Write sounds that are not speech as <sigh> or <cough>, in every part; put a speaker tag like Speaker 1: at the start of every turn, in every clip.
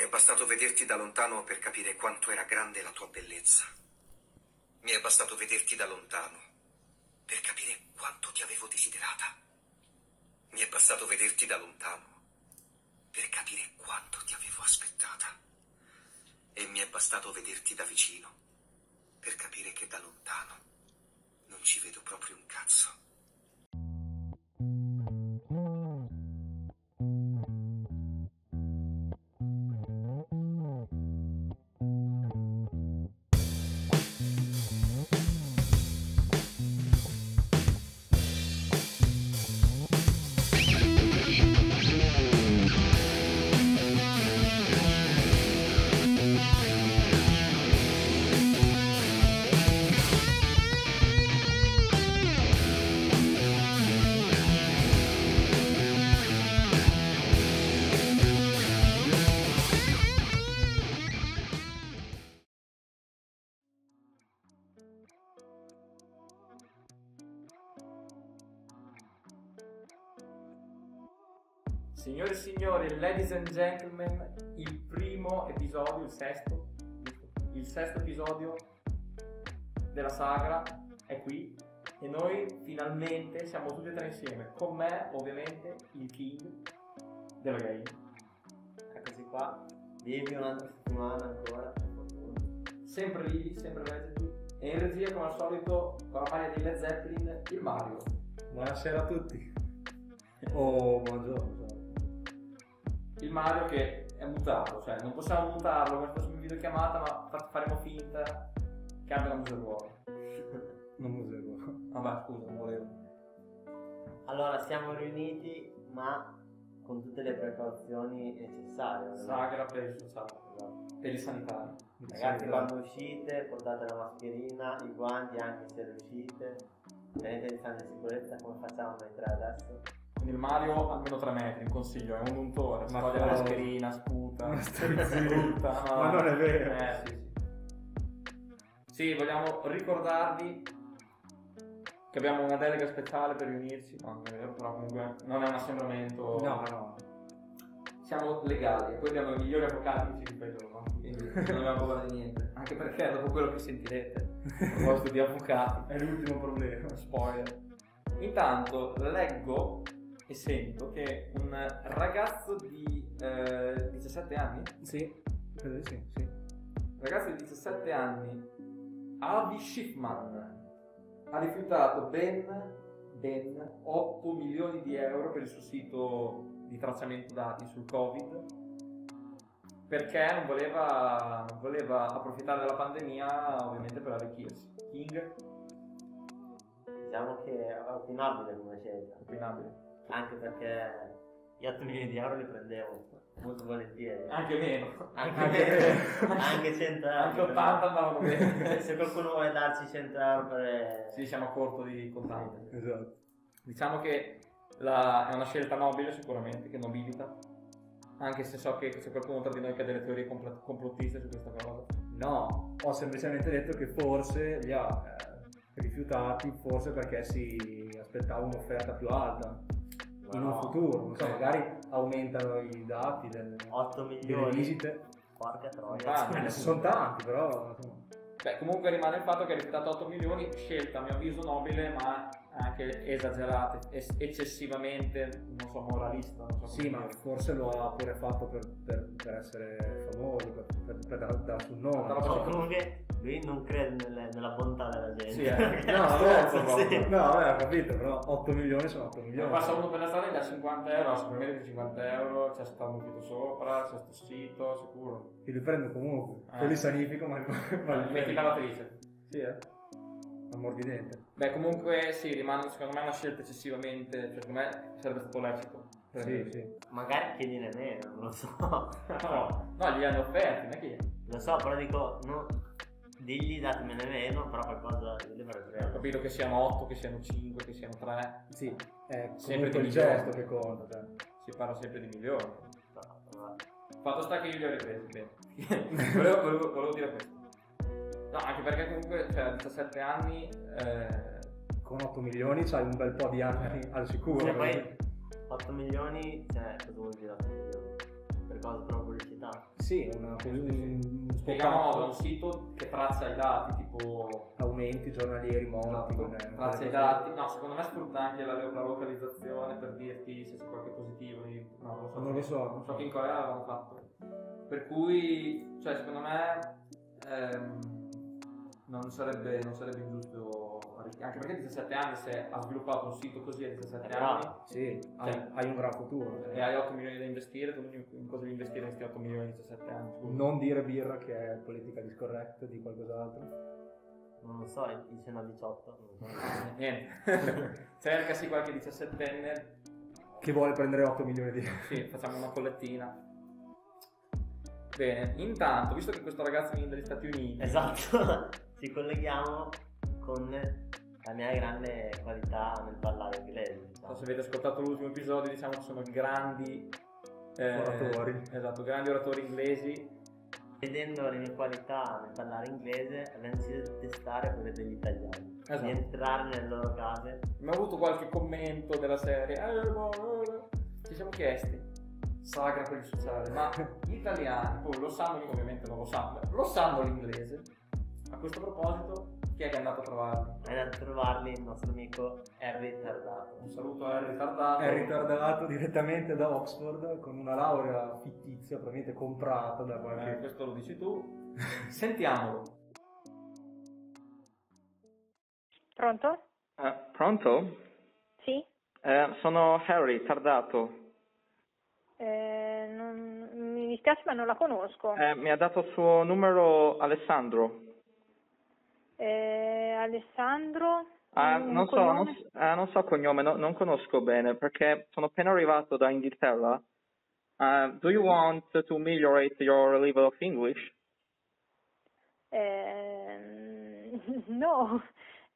Speaker 1: è bastato vederti da lontano per capire quanto era grande la tua bellezza. Mi è bastato vederti da lontano per capire quanto ti avevo desiderata. Mi è bastato vederti da lontano per capire quanto ti avevo aspettata. E mi è bastato vederti da vicino per capire che da lontano non ci vedo proprio un cazzo.
Speaker 2: Signore e signori, ladies and gentlemen, il primo episodio, il sesto, il sesto episodio della sagra è qui e noi finalmente siamo tutti e tre insieme. Con me, ovviamente, il king della game.
Speaker 3: Eccoci qua, vieni un'altra settimana ancora, per fortuna.
Speaker 2: Sempre lì, sempre legend. E in regia, come al solito, con la maglia di Led Zeppelin, il Mario.
Speaker 4: Buonasera
Speaker 2: <laughs>
Speaker 4: a tutti. Oh, buongiorno.
Speaker 2: Il Mario che è mutato, cioè non possiamo mutarlo come se fosse una videochiamata, ma fa- faremo finta che abbia la musa d'uovo.
Speaker 4: Non musevo.
Speaker 2: Vabbè, scusa, non volevo.
Speaker 3: Allora, siamo riuniti, ma con tutte le precauzioni necessarie. ovviamente.
Speaker 2: Sagra per il sociale, per il sanitario.
Speaker 3: Ragazzi, quando uscite, portate la mascherina, i guanti anche se riuscite. Tenete il distanza di sicurezza come facciamo noi tre adesso.
Speaker 2: Quindi il Mario almeno 3 metri, il consiglio, è un untore, si
Speaker 4: Ma
Speaker 2: toglie la
Speaker 4: no.
Speaker 2: mascherina, sputa, <laughs>
Speaker 4: Ma stai
Speaker 2: sputa,
Speaker 4: zitto. Ma non è vero.
Speaker 2: Eh, sì, sì. Sì, vogliamo ricordarvi che abbiamo una delega speciale per riunirci, no, non è vero, però comunque non è un assembramento.
Speaker 4: No, no.
Speaker 2: Siamo legali, e poi abbiamo i migliori avvocati che ci difendono, no? quindi non abbiamo paura di niente. Anche perché dopo quello che sentirete, a proposito di avvocati,
Speaker 4: <laughs> È l'ultimo problema.
Speaker 2: spoiler. Intanto leggo e sento che un ragazzo di eh, 17 anni,
Speaker 4: Sì. Credo di sì, sì.
Speaker 2: ragazzo di 17 anni, Avi Schiffman, ha rifiutato ben, ben 8 milioni di euro per il suo sito di tracciamento dati sul Covid perché non voleva, non voleva approfittare della pandemia ovviamente per arricchirsi. King,
Speaker 3: Diciamo che è opinabile come scelta.
Speaker 2: opinabile.
Speaker 3: Anche perché gli 8 milioni di euro li prendevo molto volentieri.
Speaker 2: Anche meno.
Speaker 3: Anche,
Speaker 2: anche-
Speaker 3: anche 100 euro.
Speaker 2: Anche 80 andavano
Speaker 3: <laughs>
Speaker 2: bene.
Speaker 3: <laughs> Se qualcuno vuole darci 100 euro per...
Speaker 2: Sì, siamo a corto di contanti.
Speaker 4: Esatto.
Speaker 2: Diciamo che la- è una scelta nobile sicuramente, che nobilita. Anche se so che c'è qualcuno tra di noi che ha delle teorie compl- complottiste su questa cosa.
Speaker 4: No, ho semplicemente detto che forse li ha eh, rifiutati, forse perché si aspettava un'offerta più alta
Speaker 3: Ma
Speaker 4: in un
Speaker 3: no,
Speaker 4: futuro. Non so,
Speaker 2: Ok.
Speaker 4: magari aumentano i dati del-
Speaker 3: 8
Speaker 4: delle
Speaker 3: milioni.
Speaker 4: visite.
Speaker 3: Porca troia.
Speaker 2: Tanti.
Speaker 4: Eh, sono tanti, però. insomma.
Speaker 2: Beh, comunque rimane il fatto che ha rifiutato 8 milioni, scelta a mio avviso nobile, ma anche esagerata, es- eccessivamente, non so, moralista. Non so come
Speaker 4: Sì, ma <laughs>
Speaker 2: dire.
Speaker 4: forse lo ha pure fatto per, per- per essere famoso, per, per, per dar- darsi un nome.
Speaker 2: Però-
Speaker 3: No, Cioè, comunque lui non crede nelle- nella bontà della gente.
Speaker 2: Oh. Sì, eh.
Speaker 4: No,
Speaker 2: <laughs>
Speaker 3: Cazzo,
Speaker 4: no,
Speaker 3: sì.
Speaker 4: no, vabbè, ho capito, però 8 milioni sono 8
Speaker 2: Io
Speaker 4: milioni.
Speaker 2: passa uno per la strada e gli dà 50 euro, secondo me 50 euro, c'è stato un dito sopra, c'è sto sito, sicuro.
Speaker 4: Io li prendo comunque.
Speaker 2: Eh.
Speaker 4: Poi li sanifico, ma, ma li
Speaker 2: Ah, Metti in
Speaker 4: prendo.
Speaker 2: lavatrice.
Speaker 4: Sì, eh. Ammorbidente.
Speaker 2: Beh, comunque sì, rimane secondo me una scelta eccessivamente. Cioè, secondo me sarebbe stato lecito.
Speaker 4: Sì, sì.
Speaker 3: <laughs> Magari chiedine meno, non lo so.
Speaker 2: Cioè, <laughs> No, no, gli hanno offerti, non è che.
Speaker 3: Lo so, però dico, no, digli datemene meno, però qualcosa di
Speaker 2: Ho
Speaker 3: prendere.
Speaker 2: capito che siano 8, che siano 5, che siano 3.
Speaker 4: Sì, è
Speaker 2: Sempre di
Speaker 4: comunque il
Speaker 2: milioni.
Speaker 4: gesto che conta. cioè.
Speaker 2: Si parla sempre di milioni. Fatto sta che io li ho ripresi bene. <laughs> volevo, volevo- volevo dire questo. No, anche perché comunque, cioè, a 17 anni. eh,
Speaker 4: Con 8 milioni c'hai un bel po' di anni al sicuro.
Speaker 3: Cioè, poi 8 milioni, cioè, cosa vuol dire 8 milioni? Per cosa? Per una pubblicità?
Speaker 4: sì, una, un, un
Speaker 2: Spiegamodo, è un
Speaker 4: spettacolo,
Speaker 2: sito che traccia i dati, tipo...
Speaker 4: aumenti giornalieri, monati.
Speaker 2: Esatto.
Speaker 4: con-
Speaker 2: Traccia i dati, no, secondo me sfrutta anche la, la localizzazione per dirti se c'è qualche positivo. di- No, non lo so.
Speaker 4: Non lo so,
Speaker 2: Non so che in Corea l'avevano fatto. Per cui, cioè, secondo me ehm, non, sarebbe, non sarebbe ingiusto. Anche perché a 17 anni, se ha sviluppato un sito così a 17
Speaker 3: Eh,
Speaker 4: Esatto.
Speaker 2: anni
Speaker 3: bravo.
Speaker 4: Sì, hai, hai un gran futuro. cioè.
Speaker 2: e hai 8 milioni da investire, tu in in cosa devi investire questi 8 milioni a 17 anni? Scusa.
Speaker 4: Non dire birra che è politica discorretta di qualcos'altro.
Speaker 3: Non lo so, dicendo 18. non lo
Speaker 2: <laughs>
Speaker 3: so.
Speaker 2: Eh, Niente. <laughs> Cercasi qualche 17enne,
Speaker 4: Che vuole prendere 8 milioni di euro.
Speaker 2: sì, facciamo una collettina. Bene, intanto, visto che questo ragazzo viene dagli Stati Uniti,
Speaker 3: Esatto, <laughs> ci colleghiamo con la mia grande qualità nel parlare inglese.
Speaker 2: Non so
Speaker 3: diciamo.
Speaker 2: se avete ascoltato l'ultimo episodio, diciamo che sono grandi eh,
Speaker 4: Oratori.
Speaker 2: Esatto, grandi oratori inglesi.
Speaker 3: Vedendo le mie qualità nel parlare inglese, abbiamo deciso di testare quelle degli italiani,
Speaker 2: Esatto.
Speaker 3: di entrare nelle loro case.
Speaker 2: Abbiamo avuto qualche commento della serie. "Eh, ma, eh". Ci siamo chiesti, sagra per il sociale, ma gli italiani poi lo sanno, ovviamente non lo sanno, lo sanno l'inglese. A questo proposito, chi è che è andato a trovarli?
Speaker 3: È andato a trovarli il nostro amico Harry
Speaker 2: Un
Speaker 3: Tardato.
Speaker 2: saluto a Harry Tardato.
Speaker 4: È ritardato direttamente da Oxford con una laurea fittizia, probabilmente comprata da
Speaker 2: Eh,
Speaker 4: qualche...
Speaker 2: questo lo dici tu. <laughs> Sentiamolo.
Speaker 5: Pronto?
Speaker 6: Eh, pronto?
Speaker 5: Sì?
Speaker 6: Eh, sono Harry, tardato.
Speaker 5: Eh, non- mi dispiace ma non la conosco.
Speaker 6: Eh, mi ha dato il suo numero Alessandro.
Speaker 5: Eh, Alessandro?
Speaker 6: Ah,
Speaker 5: Eh, un- un
Speaker 6: non, so, non,
Speaker 5: cognome?
Speaker 6: s- ah, non so cognome, no- non conosco bene perché sono appena arrivato da Inghilterra. Eh, do you want to ameliorate your level of English?
Speaker 5: Ehm, <laughs> no,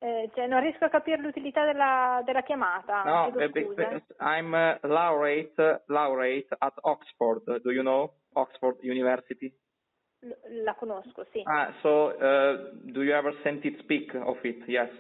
Speaker 5: Eh, cioè, non riesco a capire l'utilità della, della chiamata.
Speaker 6: no,
Speaker 5: Ah, chiedo
Speaker 6: eh,
Speaker 5: scusa.
Speaker 6: because I'm a laureate, laureate at Oxford. Do you know Oxford University?
Speaker 5: L- La conosco, sì.
Speaker 6: Ah, so eh, do you ever sent it speak of it? Yes.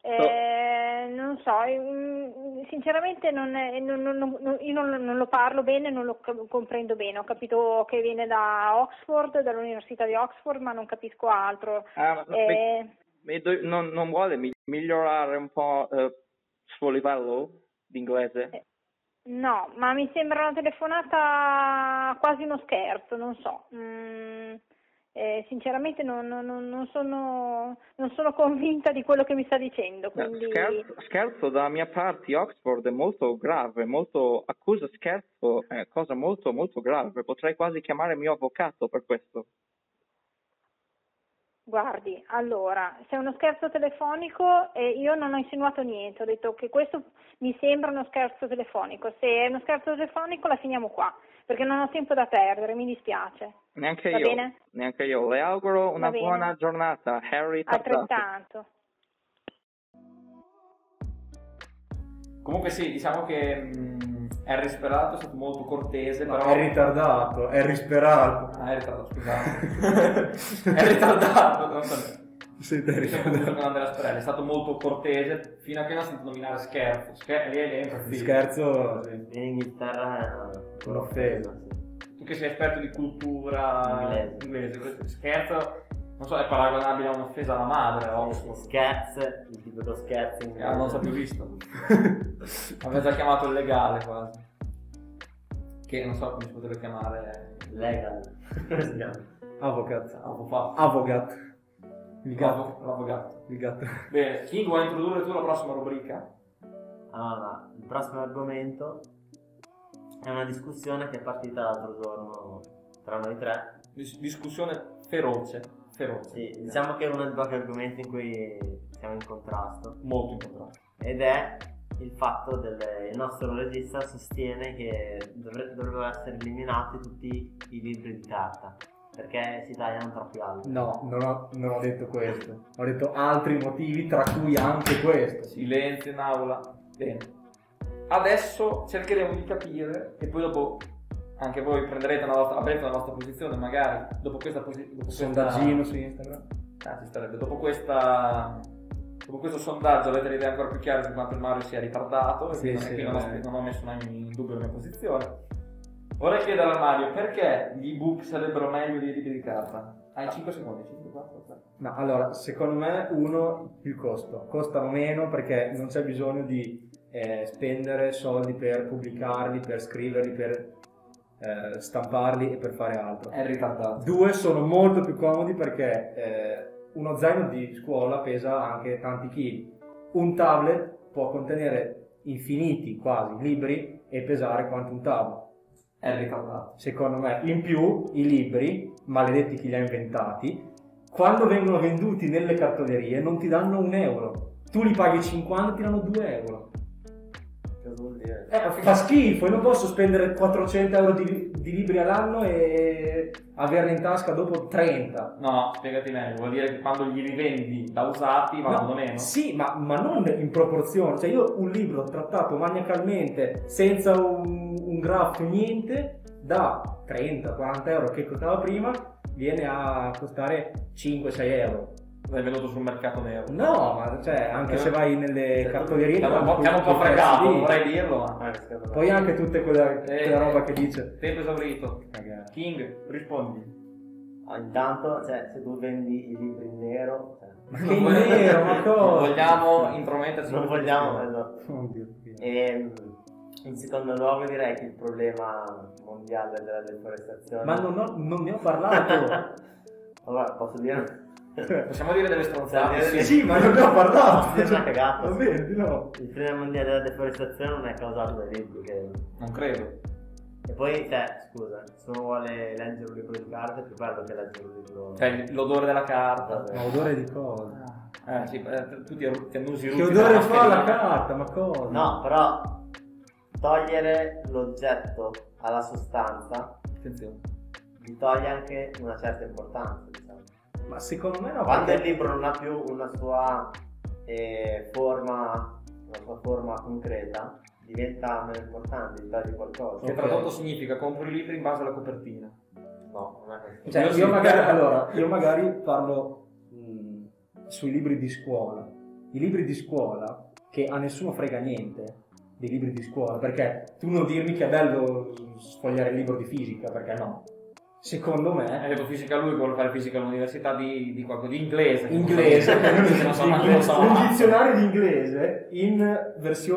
Speaker 5: Eh, non so, mm, sinceramente non, è- non- non- non- io non, non lo parlo bene, non lo cap- comprendo bene. Ho capito che viene da Oxford, dall'Università di Oxford, ma non capisco altro.
Speaker 6: Ah, ma-
Speaker 5: Eh,
Speaker 6: E do- non, non vuole mi- migliorare un po' eh, il suo livello di inglese?
Speaker 5: Eh. No, ma mi sembra una telefonata quasi uno scherzo, non so. Mm, eh, sinceramente non, non- non- non sono, non sono convinta di quello che mi sta dicendo,
Speaker 6: No,
Speaker 5: quindi
Speaker 6: Eh, Scherzo, scherzo da mia parte, Oxford è molto grave, molto accusa scherzo, è cosa molto molto grave, potrei quasi chiamare mio avvocato per questo.
Speaker 5: guardi, allora, se è uno scherzo telefonico eh, io non ho insinuato niente, ho detto che questo mi sembra uno scherzo telefonico, se è uno scherzo telefonico la finiamo qua, perché non ho tempo da perdere, mi dispiace.
Speaker 6: Neanche
Speaker 5: Va
Speaker 6: io,
Speaker 5: bene.
Speaker 6: neanche io. Le auguro una
Speaker 5: bene.
Speaker 6: buona giornata, Harry Tardato.
Speaker 5: Altrettanto.
Speaker 2: Comunque sì, diciamo che mm, Harry Sperato è stato molto cortese,
Speaker 4: No,
Speaker 2: però...
Speaker 4: è ritardato, è risperato.
Speaker 2: Ah, è ritardato,
Speaker 4: <laughs>
Speaker 2: scusate. <laughs> è ritardato, non so.
Speaker 4: Sì, è
Speaker 2: Diciamo che
Speaker 4: ritardato.
Speaker 2: con Andrea Sperelli è stato molto cortese fino a che non ha sentito nominare scherzo. Scher- lì è dentro,
Speaker 4: Di
Speaker 2: sì.
Speaker 4: scherzo, sì.
Speaker 3: In Inghilterra è
Speaker 4: Un'offesa.
Speaker 3: sì.
Speaker 2: Tu che sei esperto di cultura
Speaker 3: Inglese.
Speaker 2: inglese, questo scherzo non so, è paragonabile a un'offesa alla madre, a Oxford.
Speaker 3: Scherzo, il tipico scherzo in
Speaker 2: Ah, non so più visto. Aveva già chiamato il legale quasi. Che non so come si potrebbe chiamare.
Speaker 3: Legal. <laughs> Come si chiama?
Speaker 4: Avvocat.
Speaker 2: Avvocato.
Speaker 4: Avogat. Il gatto.
Speaker 2: Avvo- L'avvocato.
Speaker 4: Il gatto.
Speaker 2: Bene, King vuoi introdurre tu la prossima rubrica?
Speaker 3: Allora, il prossimo argomento è una discussione che è partita l'altro giorno tra noi tre.
Speaker 2: Dis- discussione feroce. Feroce.
Speaker 3: Sì, diciamo che è uno dei pochi argomenti in cui siamo in contrasto
Speaker 2: Molto in contrasto.
Speaker 3: ed è il fatto del il nostro regista sostiene che dovre- dovrebbero essere eliminati tutti i libri di carta perché si tagliano troppi alberi.
Speaker 4: No, non ho, non ho detto questo. Ho detto altri motivi, tra cui anche questo.
Speaker 2: Silenzio in aula. Bene. Adesso cercheremo di capire e poi dopo anche voi prenderete la vostra, avrete la vostra posizione magari dopo questa posizione.
Speaker 4: Sondaggino su Instagram.
Speaker 2: Anzi, Ah, starebbe dopo questa. Dopo questo sondaggio avete le idee ancora più chiare di quanto il Mario sia ritardato e
Speaker 4: Sì,
Speaker 2: quindi non-
Speaker 4: sì,
Speaker 2: quindi non, ho,
Speaker 4: vabbè.
Speaker 2: non ho messo mai in dubbio la mia posizione. Vorrei chiedere a Mario perché gli ebook sarebbero meglio dei libri di carta?
Speaker 4: Ah.
Speaker 2: Hai 5 secondi, 5, 4, 3.
Speaker 4: Ma allora, secondo me, uno, il costo. Costano meno perché non c'è bisogno di eh, spendere soldi per pubblicarli, per scriverli, per eh, stamparli e per fare altro.
Speaker 2: È ritardato.
Speaker 4: Due, sono molto più comodi perché eh, uno zaino di scuola pesa anche tanti chili. Un tablet può contenere infiniti quasi libri e pesare quanto un tavolo.
Speaker 2: È ritardato.
Speaker 4: Secondo me, in più i libri, maledetti chi li ha inventati, quando vengono venduti nelle cartolerie non ti danno un euro. Tu li paghi 50 ti danno 2 euro.
Speaker 3: Cosa vuol dire?
Speaker 2: Eh, ma
Speaker 4: Fa
Speaker 2: figa-
Speaker 4: schifo, io non posso spendere 400 euro di, di libri all'anno e averne in tasca dopo 30.
Speaker 2: No, spiegati meglio, vuol dire che quando gli rivendi da usati vanno
Speaker 4: No,
Speaker 2: meno.
Speaker 4: Sì, ma, ma non in proporzione. Cioè, io un libro trattato maniacalmente, senza un, un graffio, niente, da 30-40 euro che costava prima, viene a costare 5-6 euro.
Speaker 2: L'hai venduto sul mercato nero.
Speaker 4: No, ma cioè, anche
Speaker 2: Eh.
Speaker 4: se vai nelle cartolerie...
Speaker 2: Ti hanno Cioè, un po'- ti hanno un po' fregato, non vorrei dirlo, ma.
Speaker 3: Ah, che scherzo.
Speaker 4: Poi anche tutta quella,
Speaker 2: Eh.
Speaker 4: quella roba che
Speaker 2: <laughs>
Speaker 4: dice...
Speaker 2: Tempo esaurito.
Speaker 4: Cagare.
Speaker 2: King,
Speaker 4: <laughs>
Speaker 2: rispondi.
Speaker 3: Ah, intanto, cioè, se tu vendi i libri in nero, cioè,
Speaker 4: Ma che nero, ma
Speaker 2: Non
Speaker 4: cosa? Oh,
Speaker 2: vogliamo intrometterci.
Speaker 3: non
Speaker 2: nella
Speaker 3: vogliamo.
Speaker 2: discussione.
Speaker 3: esatto.
Speaker 4: Oddio,
Speaker 2: Eh.
Speaker 4: che-
Speaker 3: E mm, in secondo luogo direi che il problema mondiale della deforestazione.
Speaker 4: Ma non, ho- non ne
Speaker 2: <laughs>
Speaker 4: ho parlato!
Speaker 3: <laughs> allora, posso dire?
Speaker 2: Possiamo dire delle stronzate?
Speaker 3: Sì.
Speaker 4: Eh, sì, ma non ne ho parlato!
Speaker 3: Sì, ma cagato.
Speaker 4: Va bene, no.
Speaker 3: Il problema mondiale della deforestazione non è causato dai libri che.
Speaker 2: Non credo.
Speaker 3: E poi, cioè, scusa, se uno vuole leggere un libro di carta è più bello che leggere un libro.
Speaker 2: Cioè, l'odore della carta.
Speaker 3: Vabbè.
Speaker 4: Ma odore di cosa?
Speaker 2: Eh, sì, eh, tu ti, ti annusi
Speaker 4: Ah. Che odore fa la carta, ma cosa?
Speaker 3: No, però togliere l'oggetto alla sostanza
Speaker 2: Attenzione.
Speaker 3: gli toglie anche una certa importanza, diciamo.
Speaker 4: Ma secondo me no.
Speaker 3: Quando il
Speaker 4: perché-
Speaker 3: libro non ha più una sua eh, forma, una sua forma concreta, diventa meno importante, gli togli qualcosa.
Speaker 2: Che
Speaker 4: Ok.
Speaker 2: tradotto significa compri i libri in base alla copertina.
Speaker 3: No, non è così.
Speaker 4: Cioè,
Speaker 2: Io
Speaker 4: io,
Speaker 2: sì.
Speaker 4: magari, allora, io magari parlo mh, sui libri di scuola. I libri di scuola che a nessuno frega niente dei libri di scuola, perché tu non dirmi che è bello sfogliare il libro di fisica, perché no. Secondo
Speaker 2: Eh, Ha
Speaker 4: me,
Speaker 2: detto fisica lui che vuole fare fisica all'università di, di qualcosa di inglese.
Speaker 4: inglese,
Speaker 2: <laughs> non so manco lo so.
Speaker 4: un dizionario di inglese in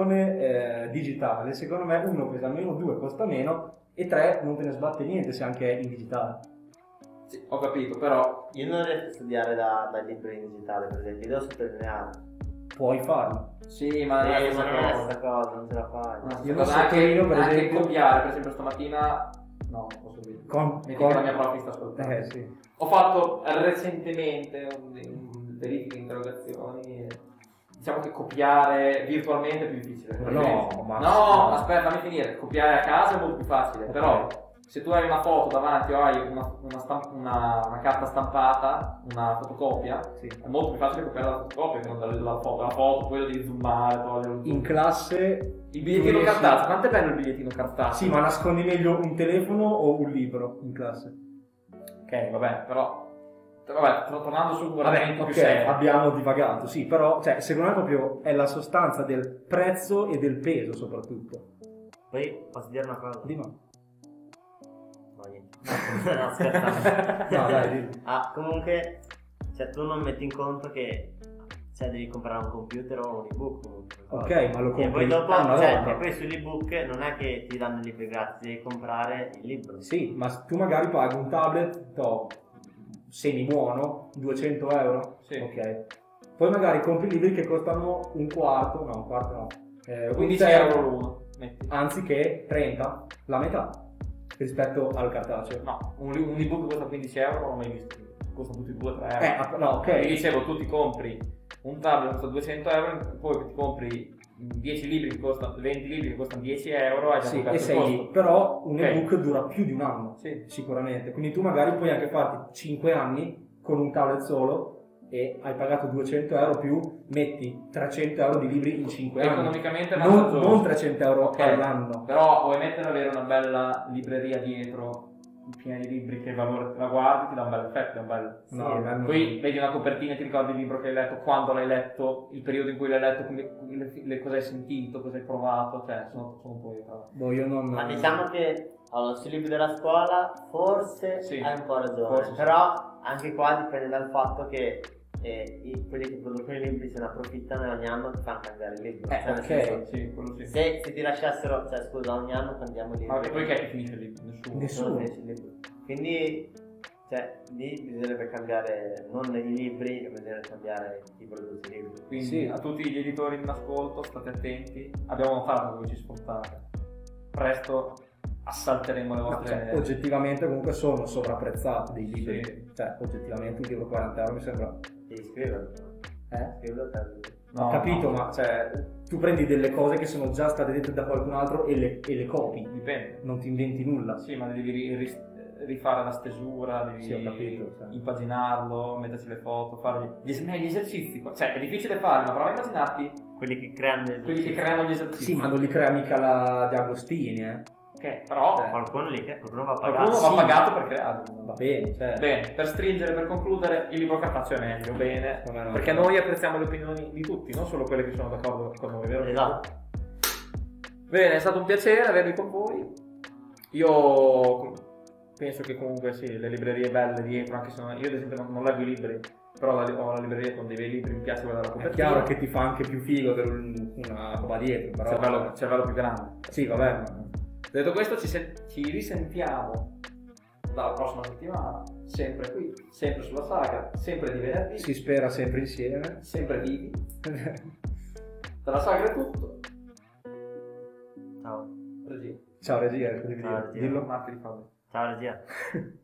Speaker 4: versione eh, digitale, secondo me uno pesa meno, due costa meno e tre non te ne sbatte niente se anche è in digitale.
Speaker 2: Sì, ho capito, però
Speaker 3: Io non riesco a studiare da, dai libri in digitale, per esempio, devo sottolineare.
Speaker 4: puoi farlo.
Speaker 2: sì, ma
Speaker 4: Ah,
Speaker 2: non
Speaker 3: Eh,
Speaker 2: è
Speaker 3: ma non
Speaker 2: una
Speaker 3: è
Speaker 2: cosa.
Speaker 3: questa cosa, non ce la fai.
Speaker 2: Una
Speaker 4: Io
Speaker 2: cosa-
Speaker 4: lo
Speaker 2: anche,
Speaker 4: sottolineo, per
Speaker 2: anche
Speaker 4: esempio-
Speaker 2: copiare, per esempio stamattina no, non posso dire.
Speaker 4: Con,
Speaker 2: Mi dica la mia prof che sta ascoltando.
Speaker 4: Eh sì.
Speaker 2: Ho fatto recentemente un, un verifiche, interrogazioni. e Diciamo che copiare virtualmente è più difficile.
Speaker 4: Ma no, ma-
Speaker 2: No, aspetta, fammi finire. Copiare a casa è molto più facile, però se tu hai una foto davanti o hai una, una stamp- una- una carta stampata, una fotocopia,
Speaker 4: Sì.
Speaker 2: è molto più facile copiare la fotocopia che non dalla dalla foto. La foto poi la devi zoomare, togliere.
Speaker 4: In classe
Speaker 2: Il bigliettino
Speaker 4: tu riesci-
Speaker 2: cartaceo, quanto è bello il bigliettino cartaceo?
Speaker 4: sì, ma nascondi meglio un telefono o un libro in classe?
Speaker 2: Ok, vabbè, però... Vabbè, tor- tornando sul
Speaker 4: Vabbè,
Speaker 2: guardamento più
Speaker 4: ok,
Speaker 2: serio.
Speaker 4: abbiamo divagato, sì, però cioè, secondo me proprio è la sostanza del prezzo e del peso soprattutto.
Speaker 3: Poi posso dire una cosa?
Speaker 4: Di no.
Speaker 3: No, niente. no, scherzando.
Speaker 4: <laughs> No, dai, dillo.
Speaker 3: Ah, comunque, cioè, tu non metti in conto che cioè, devi comprare un computer o un ebook comunque.
Speaker 4: Ok, ma lo compri
Speaker 3: E poi dopo,
Speaker 4: ah, una
Speaker 3: cioè,
Speaker 4: volta.
Speaker 3: e poi sull'ebook non è che ti danno i libri gratis, devi comprare il libro.
Speaker 4: Sì, ma tu magari paghi un tablet to, semi buono, 200 euro.
Speaker 2: Sì.
Speaker 4: Ok. Poi magari compri libri che costano un quarto, no, un quarto no. eh, un
Speaker 2: 15
Speaker 4: terzo.
Speaker 2: euro l'uno. Metti. Ah,
Speaker 4: anziché 30, la metà rispetto al cartaceo.
Speaker 2: No, un, li- un ebook costa 15 euro, non l'ho mai visto. Costa tutti 2-3 euro.
Speaker 4: Eh, app- no,
Speaker 2: Mi
Speaker 4: ok.
Speaker 2: dicevo, tu ti compri un tablet che costa 200 euro, poi ti compri 10 libri che costano, 20 libri che costano 10 euro, hai già
Speaker 4: Sì,
Speaker 2: comprato
Speaker 4: e
Speaker 2: il
Speaker 4: sei lì.
Speaker 2: costo.
Speaker 4: Però un
Speaker 2: Ok.
Speaker 4: ebook dura più di un anno,
Speaker 2: Sì.
Speaker 4: sicuramente. Quindi tu magari puoi anche farti 5 anni con un tablet solo e hai pagato 200 euro più, metti 300 euro di libri in 5 anni.
Speaker 2: Economicamente è
Speaker 4: Non,
Speaker 2: vantaggioso.
Speaker 4: non 300 euro
Speaker 2: Ok.
Speaker 4: all'anno.
Speaker 2: Però vuoi mettere ad avere una bella libreria dietro, piena di libri che valore la guardi, ti dà un bel effetto, un bel...
Speaker 4: No, ma non-
Speaker 2: Poi vedi una copertina e ti ricordi il libro che hai letto, quando l'hai letto, il periodo in cui l'hai letto, come- le, le- cosa hai sentito, cosa hai provato, cioè sono, sono un po' io tra l'altro.
Speaker 4: boh, io non...
Speaker 3: Ma diciamo che Allora, sui libri della scuola forse
Speaker 2: Sì.
Speaker 3: hai un po' ragione,
Speaker 2: Forse sì.
Speaker 3: però anche qua dipende dal fatto che eh, i- quelli che producono i libri se ne approfittano e ogni anno ti fanno cambiare il libro.
Speaker 4: Eh,
Speaker 3: Cioè, nel
Speaker 4: ok.
Speaker 3: senso,
Speaker 2: Sì, quello sì.
Speaker 3: se, se ti lasciassero, cioè scusa, ogni anno cambiamo il libro.
Speaker 2: Ma poi chi è che finisce lì? Nessuno.
Speaker 4: Nessuno.
Speaker 3: Nessuno finisce il libro. Quindi, cioè, lì bisognerebbe cambiare non i libri, ma bisognerebbe cambiare chi produce i libri.
Speaker 2: Quindi
Speaker 4: Sì.
Speaker 2: a tutti gli editori in ascolto, state attenti. Abbiamo un farmaco dove ci sfruttare. Presto assalteremo le
Speaker 4: No,
Speaker 2: vostre...
Speaker 4: cioè, oggettivamente comunque sono sovrapprezzati dei libri.
Speaker 2: Sì.
Speaker 4: Cioè, oggettivamente un libro 40 euro mi sembra.
Speaker 3: Devi scriverlo.
Speaker 4: Eh?
Speaker 3: Scriverlo tanto.
Speaker 2: No,
Speaker 4: Ho
Speaker 2: no,
Speaker 4: capito, ma cioè, tu prendi delle cose che sono già state dette da qualcun altro e le, e le copi.
Speaker 2: Dipende.
Speaker 4: Non ti inventi nulla.
Speaker 2: Sì, ma devi ri- ri- rifare la stesura, devi
Speaker 4: Sì, ho capito, cioè. sì.
Speaker 2: impaginarlo, metterci le foto, fare gli, es- eh, gli esercizi. qua. Cioè, è difficile farli, ma prova a immaginarti
Speaker 3: Quelli che creano il
Speaker 2: quelli che creano gli esercizi.
Speaker 4: Sì, ma non li crea mica la Di Agostini, eh.
Speaker 2: Ok, però
Speaker 4: Eh,
Speaker 3: Qualcuno lì che qualcuno va a pagare.
Speaker 2: qualcuno va pagato per crearli.
Speaker 4: Va bene, cioè.
Speaker 2: Bene, per stringere, per concludere, il libro cartaceo è meglio, bene.
Speaker 4: secondo me no.
Speaker 2: Perché noi apprezziamo le opinioni di tutti, non solo quelle che sono d'accordo con noi, vero?
Speaker 3: Esatto.
Speaker 2: Bene, è stato un piacere avervi con voi. Io penso che comunque sì, le librerie belle dietro, anche se non, io ad esempio non, non leggo i libri, però la- ho la libreria con dei bei libri, mi piace guardare la
Speaker 4: È
Speaker 2: copertina.
Speaker 4: chiaro che ti fa anche più figo per un- una roba dietro, però.
Speaker 2: cervello, cervello più grande.
Speaker 4: Sì, vabbè. ma-
Speaker 2: Detto questo, ci, sen- ci risentiamo dalla prossima settimana, sempre qui, sempre sulla saga, sempre di venerdì,
Speaker 4: Si spera sempre insieme. <laughs>
Speaker 2: sempre vivi. Dalla saga è tutto.
Speaker 3: Ciao.
Speaker 2: Regina,
Speaker 4: Ciao eh. regia, devi dire.
Speaker 3: Ciao, regia.
Speaker 2: Ah,
Speaker 4: Dillo.
Speaker 2: Marco di Fabio.
Speaker 3: Ciao regia.